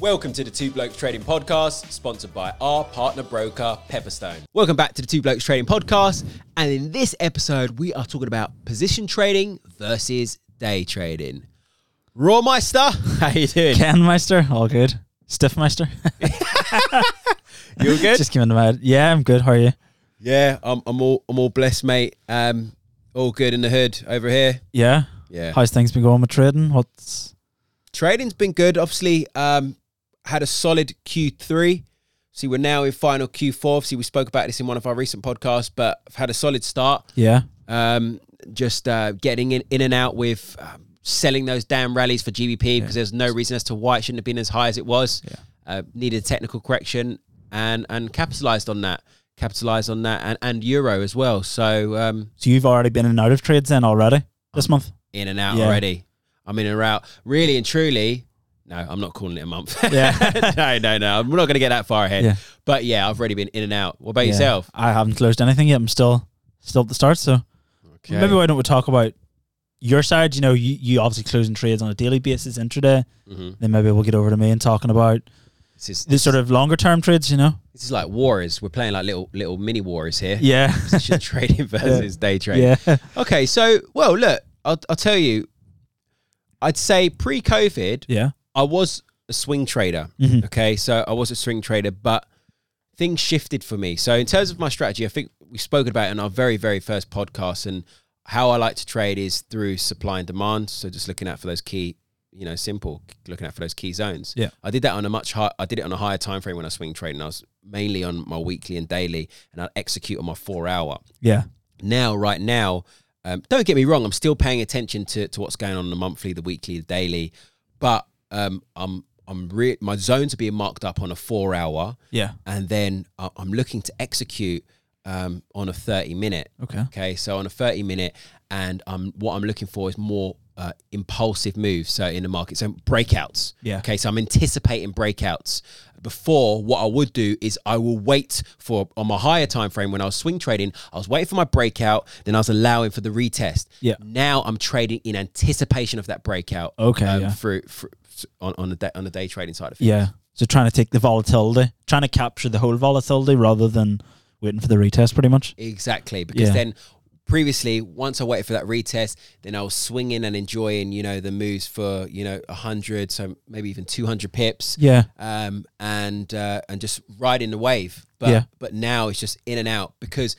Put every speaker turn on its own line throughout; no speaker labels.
Welcome to the Two Blokes Trading Podcast, sponsored by our partner broker, Pepperstone. Welcome back to the Two Blokes Trading Podcast. And in this episode, we are talking about position trading versus day trading. Rawmeister, how you doing?
Ken Meister, all good. Stiff Meister,
You all good?
just came into my head. Yeah, I'm good. How are you?
yeah, I'm, I'm all I'm all blessed, mate. Um, all good in the hood over here.
Yeah.
Yeah.
How's things been going with trading? What's
trading's been good. Obviously, um, had a solid Q3. See, we're now in final Q4. Obviously, we spoke about this in one of our recent podcasts, but I've had a solid start.
yeah,
Um, just uh, getting in, in and out with um, selling those damn rallies for GBP because there's no reason as to why it shouldn't have been as high as it was.
Yeah.
Uh, needed a technical correction and and capitalized on that. Capitalized on that and, and euro as well. So um,
so you've already been in and out of trades then already this month?
in and out
Yeah.
already. I'm in and out. Really and truly, no, I'm not calling it a month.
Yeah.
no, no, no. We're not going to get that far ahead.
Yeah.
But yeah, I've already been in and out. What about
Yeah.
yourself?
I haven't closed anything yet. I'm still still at the start. So
Okay.
maybe why don't we talk about your side? You know, you, you obviously closing trades on a daily basis, intraday.
Mhm.
Then maybe we'll get over to me and talking about
This is
the sort of longer term trades. You know?
this is like wars. We're playing like little little mini wars here.
Yeah.
Position trading versus day trading.
yeah.
Okay, so well, look, I'll, I'll tell you. I'd say pre-COVID,
Yeah.
I was a swing trader.
Mhm.
Okay, so I was a swing trader, but things shifted for me. So in terms of my strategy, I think we spoke about it in our very very first podcast, and how I like to trade is through supply and demand. So just looking out for those key, you know, simple looking out for those key zones.
Yeah.
I did that on a much high. I did it on a higher time frame when I was swing trading. I was mainly on my weekly and daily, and I'd execute on my four hour
Yeah.
now, right now, um, don't get me wrong, I'm still paying attention to, to what's going on in the monthly, the weekly, the daily, but um, I'm I'm re- my zones are being marked up on a four hour,
Yeah.
and then I- I'm looking to execute um, on a thirty minute.
Okay.
Okay, so on a 30 minute, and um, what I'm looking for is more uh, impulsive moves. So in the market, so breakouts.
Yeah.
Okay, so I'm anticipating breakouts. Before, what I would do is I will wait for on my higher time frame when I was swing trading. I was waiting for my breakout, then I was allowing for the retest.
Yeah.
Now I'm trading in anticipation of that breakout. um,
Okay, yeah.
Through, through on on the day, on the day trading side of things.
Yeah. So trying to take the volatility, trying to capture the whole volatility rather than waiting for the retest, pretty much.
Exactly, because
Yeah.
then previously, once I waited for that retest, then I was swinging and enjoying, you know, the moves for you know hundred, so maybe even two hundred pips,
Yeah.
um, and uh, and just riding the wave. But
Yeah.
but now it's just in and out because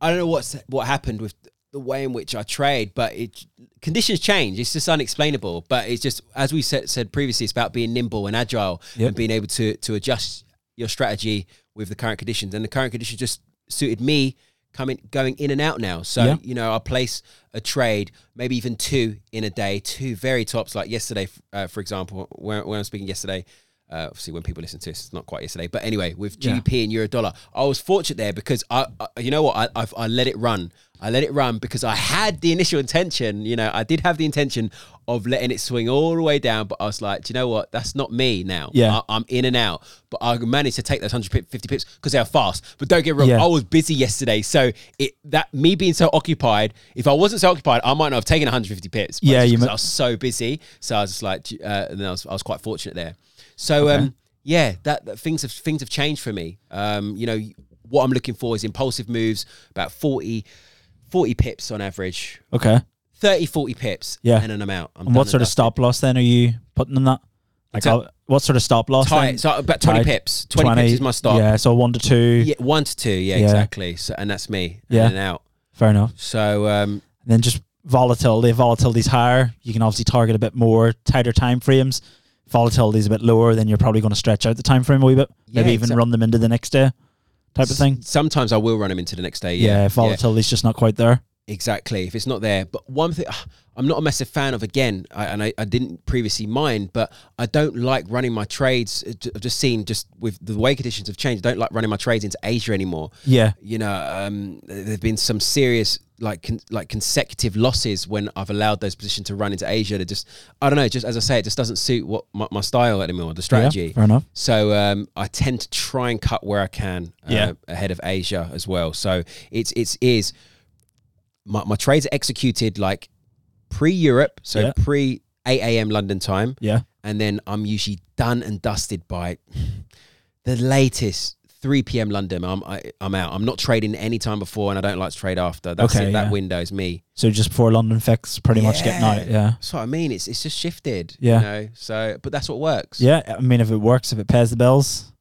I don't know what's what happened with the way in which I trade, but it conditions change. It's just unexplainable. But it's just as we said, said previously, it's about being nimble and agile
Yep.
and being able to to adjust your strategy with the current conditions. And the current conditions just suited me coming going in and out now. So
Yeah.
you know, I place a trade, maybe even two in a day, two very tops. Like yesterday, f- uh, for example, when, when I'm speaking yesterday. Uh, obviously, when people listen to this, it's not quite yesterday, but anyway, with
Yeah.
GBP and euro dollar, I was fortunate there because I, I you know what, I, I've, I let it run. I let it run because I had the initial intention. You know, I did have the intention of letting it swing all the way down, but I was like, do you know what? That's not me now.
Yeah.
I, I'm in and out, but I managed to take those 150 pips because they're fast. But don't get wrong,
Yeah.
I was busy yesterday, so it that me being so occupied. If I wasn't so occupied, I might not have taken 150 pips. but
Yeah,
just
you
'cause
mi-
I was so busy, so I was just like, uh, and then I was, I was quite fortunate there. So um, yeah, that, that things have things have changed for me. Um, you know what I'm looking for is impulsive moves, about 40, 40 pips on average.
Okay.
30, 40 pips,
Yeah.
and then I'm out. I'm
And
done
what sort of
dusted.
stop loss then are you putting in that? Like,
So-
uh, what sort of stop loss? then?
Tight, so about 20
Tight.
pips. 20, pips is my stop.
Yeah. So one to two.
Yeah, one to two. Yeah,
Yeah.
exactly. So, and that's me.
Yeah.
In and out.
Fair enough.
So, um,
And then just volatility. If volatility's higher, you can obviously target a bit more, tighter time frames. Volatility's a bit lower, then you're probably going to stretch out the time frame a wee bit.
Yeah,
Maybe even
exact-
run them into the next day type of thing.
s- sometimes I will run them into the next day.
Yeah.
Yeah,
if volatility's just not quite there.
exactly. If it's not there, but one thing I'm not a massive fan of again, I, and I, I didn't previously mind, but I don't like running my trades. uh, j- I've just seen just with the way conditions have changed, I don't like running my trades into Asia anymore.
Yeah.
you know, um, there have been some serious like con- like consecutive losses when I've allowed those positions to run into Asia. They just, I don't know, just as I say, it just doesn't suit what my, my style anymore, the strategy.
fair enough.
So um, I tend to try and cut where I can uh,
Yeah.
ahead of Asia as well. So it's it's is my, my trades are executed like pre Europe, so
Yeah.
pre eight a.m. London time
Yeah.
and then I'm usually done and dusted by the latest 3 p.m. London. I'm I, I'm out. I'm not trading any time before, and I don't like to trade after. That's
Okay,
it. That
yeah.
window's me.
So just before London fix, pretty much getting out. Yeah.
That's what I mean. It's it's just shifted.
Yeah.
You know. So, but that's what works.
Yeah. I mean, if it works, if it pays the bills,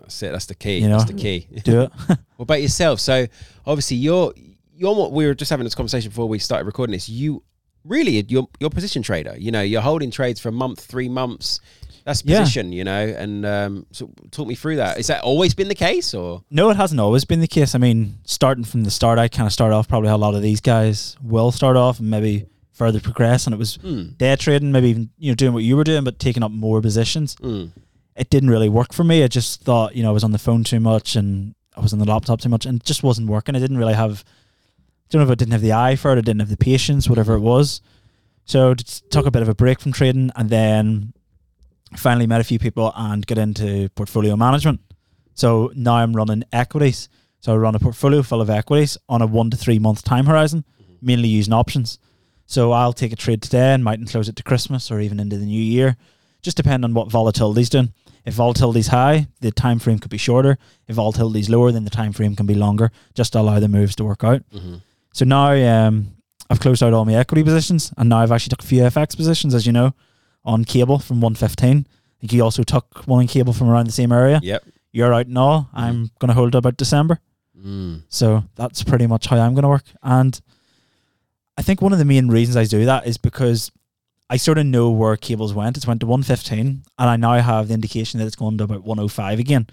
That's it. That's the key.
You know.
That's the key.
do it.
What about yourself? So obviously you're you're what we were just having this conversation before we started recording this. You really you're you're a position trader. You know, you're holding trades for a month, three months. That's
Yeah.
position, you know. And um, so talk me through that. Is that always been the case, or
No, it hasn't always been the case. I mean, starting from the start, I kind of start off probably how a lot of these guys will start off and maybe further progress. And it was day trading, maybe even you know doing what you were doing, but taking up more positions.
Mm.
It didn't really work for me. I just thought you know I was on the phone too much and I was on the laptop too much, and it just wasn't working. I didn't really have. don't know if I didn't have the eye for it. I didn't have the patience, whatever it was. So just took a bit of a break from trading, and then finally met a few people and got into portfolio management. So now I'm running equities. So I run a portfolio full of equities on a one to three month time horizon, mainly using options. So I'll take a trade today and mightn't close it to Christmas or even into the new year. Just depend on what volatility's doing. If volatility's high, the time frame could be shorter. If volatility's lower, then the time frame can be longer, just to allow the moves to work out. So now um, I've closed out all my equity positions, and now I've actually took a few FX positions, as you know, on cable from 115. I think you also took one on cable from around the same area.
yep,
You're out now. I'm going to hold about December.
mm.
So that's pretty much how I'm going to work. And I think one of the main reasons I do that is because I sort of know where cables went. It's went to 115, and I now have the indication that it's going to about 105 again.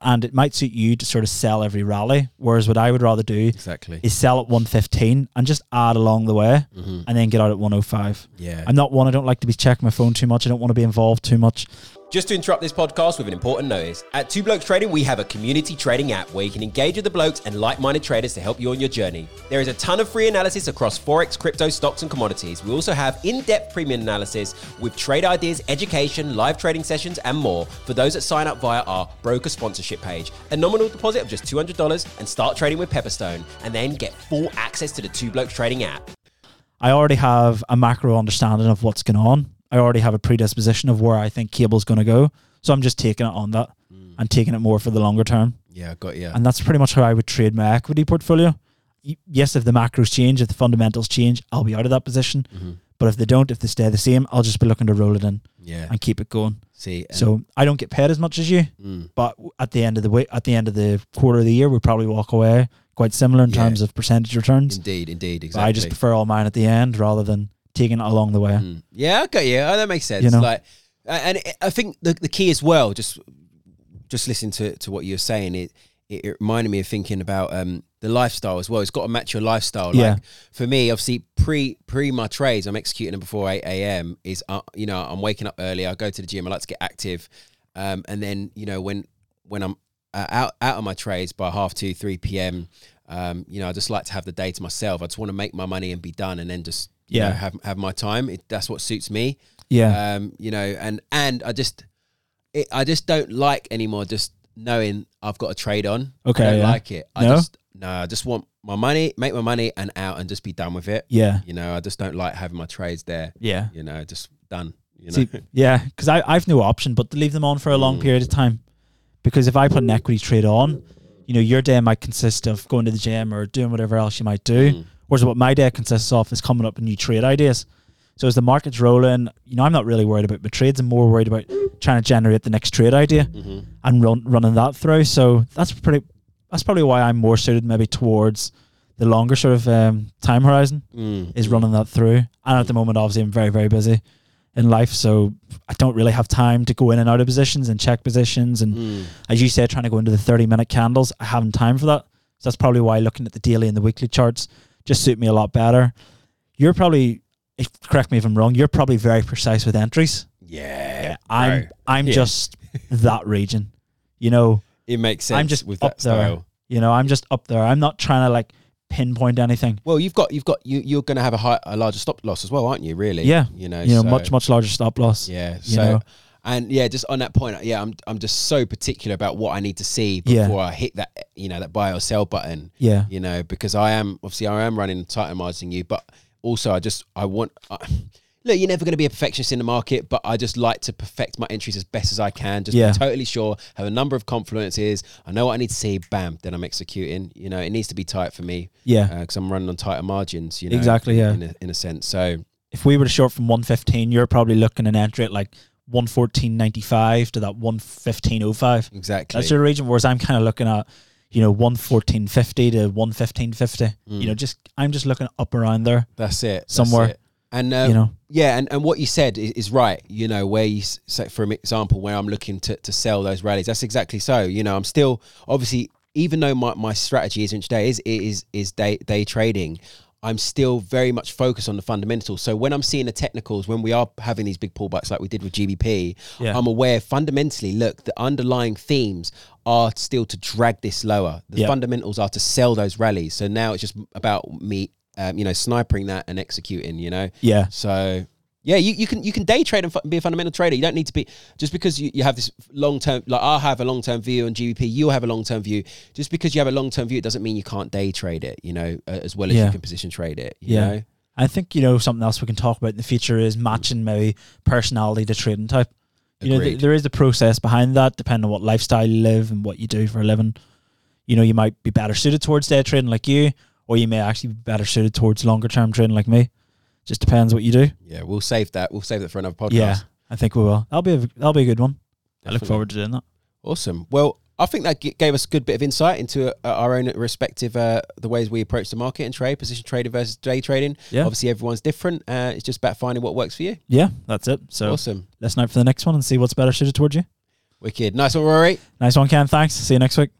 And it might suit you to sort of sell every rally, whereas what I would rather do
exactly?
is sell at 115 and just add along the way and then get out at 105.
Mm-hmm. Yeah.
I'm not one, I don't like to be checking my phone too much. I don't want to be involved too much.
Just to interrupt this podcast with an important notice. At Two Blokes Trading, we have a community trading app where you can engage with the blokes and like minded traders to help you on your journey. There is a ton of free analysis across Forex, crypto, stocks, and commodities. We also have in depth premium analysis with trade ideas, education, live trading sessions, and more for those that sign up via our broker sponsorship page. A nominal deposit of just $200 and start trading with Pepperstone, and then get full access to the Two Blokes Trading app.
I already have a macro understanding of what's going on. I already have a predisposition of where I think cable's going to go. So I'm just taking it on that
Mm.
and taking it more for the longer term.
Yeah, got you.
And that's pretty much how I would trade my equity portfolio. Y- Yes, if the macros change, if the fundamentals change, I'll be out of that position. But if they don't, if they stay the same, I'll just be looking to roll it in
Mm-hmm. Yeah.
and keep it going.
See,
So I don't get paid as much as you,
Mm.
but at the end of the week, at the end of the quarter of the year, we probably walk away quite similar in
Yeah.
terms of percentage returns.
indeed, indeed,
But I just prefer all mine at the end rather than taking it along the way.
Yeah, okay, yeah, oh, that makes sense.
You know?
Like, a- and it- I think the, the key as well, just just listen to, to what you're saying. It, it it reminded me of thinking about um the lifestyle as well. It's got to match your lifestyle. Like
Yeah.
for me, obviously pre pre my trades, I'm executing them before eight a.m. Is uh, you know I'm waking up early. I go to the gym. I like to get active, um, and then you know when when I'm uh, out out of my trades by half two three p.m. Um, you know, I just like to have the day to myself. I just want to make my money and be done, and then just you
Yeah.
know, have have my time. It, that's what suits me.
Yeah.
Um, you know, and and I just it, I just don't like anymore just knowing I've got a trade on.
Okay,
I don't
yeah.
like it. I
No?
just no, I just want my money, make my money and out and just be done with it.
yeah.
You know, I just don't like having my trades there,
Yeah.
you know, just done. You know. Mm.
See, yeah, because I've no option but to leave them on for a long period of time. Because if I put an equity trade on, you know, your day might consist of going to the gym or doing whatever else you might do.
Mm.
Whereas what my day consists of is coming up with new trade ideas. So as the market's rolling, you know, I'm not really worried about my trades. I'm more worried about trying to generate the next trade idea
Mm-hmm.
and run, running that through. So that's pretty. That's probably why I'm more suited maybe towards the longer sort of um, time horizon
Mm.
is running that through. And at the moment, obviously, I'm very, very busy in life. So I don't really have time to go in and out of positions and check positions. And
Mm.
as you said, trying to go into the 30 minute candles, I haven't time for that. So that's probably why looking at the daily and the weekly charts just suit me a lot better. You're probably, if, correct me if I'm wrong, you're probably very precise with entries.
Yeah.
I'm,
bro.
I'm
Yeah.
just that region. You know,
it makes sense
I'm just
with
up
that style.
there. You know, I'm just up there. I'm not trying to like pinpoint anything.
Well, you've got you've got you you're going to have a high, a larger stop loss as well, aren't you? Really?
Yeah.
You know,
You know,
so-
much, much larger stop loss.
Yeah.
you
So,
know?
and yeah, just on that point, yeah, I'm I'm just so particular about what I need to see
Yeah.
before I hit that you know that buy or sell button.
Yeah.
You know, because I am obviously I am running tighter margins than you, but also I just I want. I, look, you're never going to be a perfectionist in the market, but I just like to perfect my entries as best as I can. Just
Yeah.
be totally sure, have a number of confluences. I know what I need to see. Bam, then I'm executing. You know, it needs to be tight for me
Yeah.
because I'm running on tighter margins. You know,
Exactly, yeah.
in a, in a sense. So
if we were to short from 115, you're probably looking an entry at like 114.95 to that 115.05.
exactly,
That's your region. Whereas I'm kind of looking at, you know, 114.50 to 115.50. You know, just I'm just looking up around there,
That's it. That's
somewhere,
it. And um,
you know.
yeah, and, and what you said is, is right. You know, where you s- say, for example, where I'm looking to, to sell those rallies. That's exactly so. You know, I'm still obviously, even though my, my strategy isn't today is it is is day day trading. I'm still very much focused on the fundamentals. So when I'm seeing the technicals, when we are having these big pullbacks like we did with GBP,
Yeah.
I'm aware fundamentally. Look, the underlying themes are still to drag this lower. The
Yeah.
fundamentals are to sell those rallies. So now it's just about me, um, you know, snipering that and executing. You know,
Yeah.
so yeah, you, you can you can day trade and fu- be a fundamental trader. You don't need to be just because you, you have this long term. Like I have a long term view on GBP. You have a long term view. Just because you have a long term view, it doesn't mean you can't day trade it. You know, uh, as well as
Yeah.
you can position trade it. You
Yeah.
know?
I think, you know, something else we can talk about in the future is matching maybe personality to trading type. You know, th-
Agreed.
there is the process behind that, depending on what lifestyle you live and what you do for a living. You know, you might be better suited towards day trading like you, or you may actually be better suited towards longer term trading like me. Just depends what you do.
yeah, we'll save that. We'll save that for another podcast.
Yeah, I think we will. That'll be a, that'll be a good one. I look
Definitely.
forward to doing that.
Awesome. Well, I think that g- gave us a good bit of insight into uh, our own respective uh, the ways we approach the market and trade, position trading versus day trading.
Yeah.
Obviously, everyone's different. Uh, it's just about finding what works for you.
Yeah, that's it. So
Awesome.
let's out for the next one and see what's better suited towards you.
Wicked. Nice one, Rory.
Nice one, Ken. Thanks. See you next week.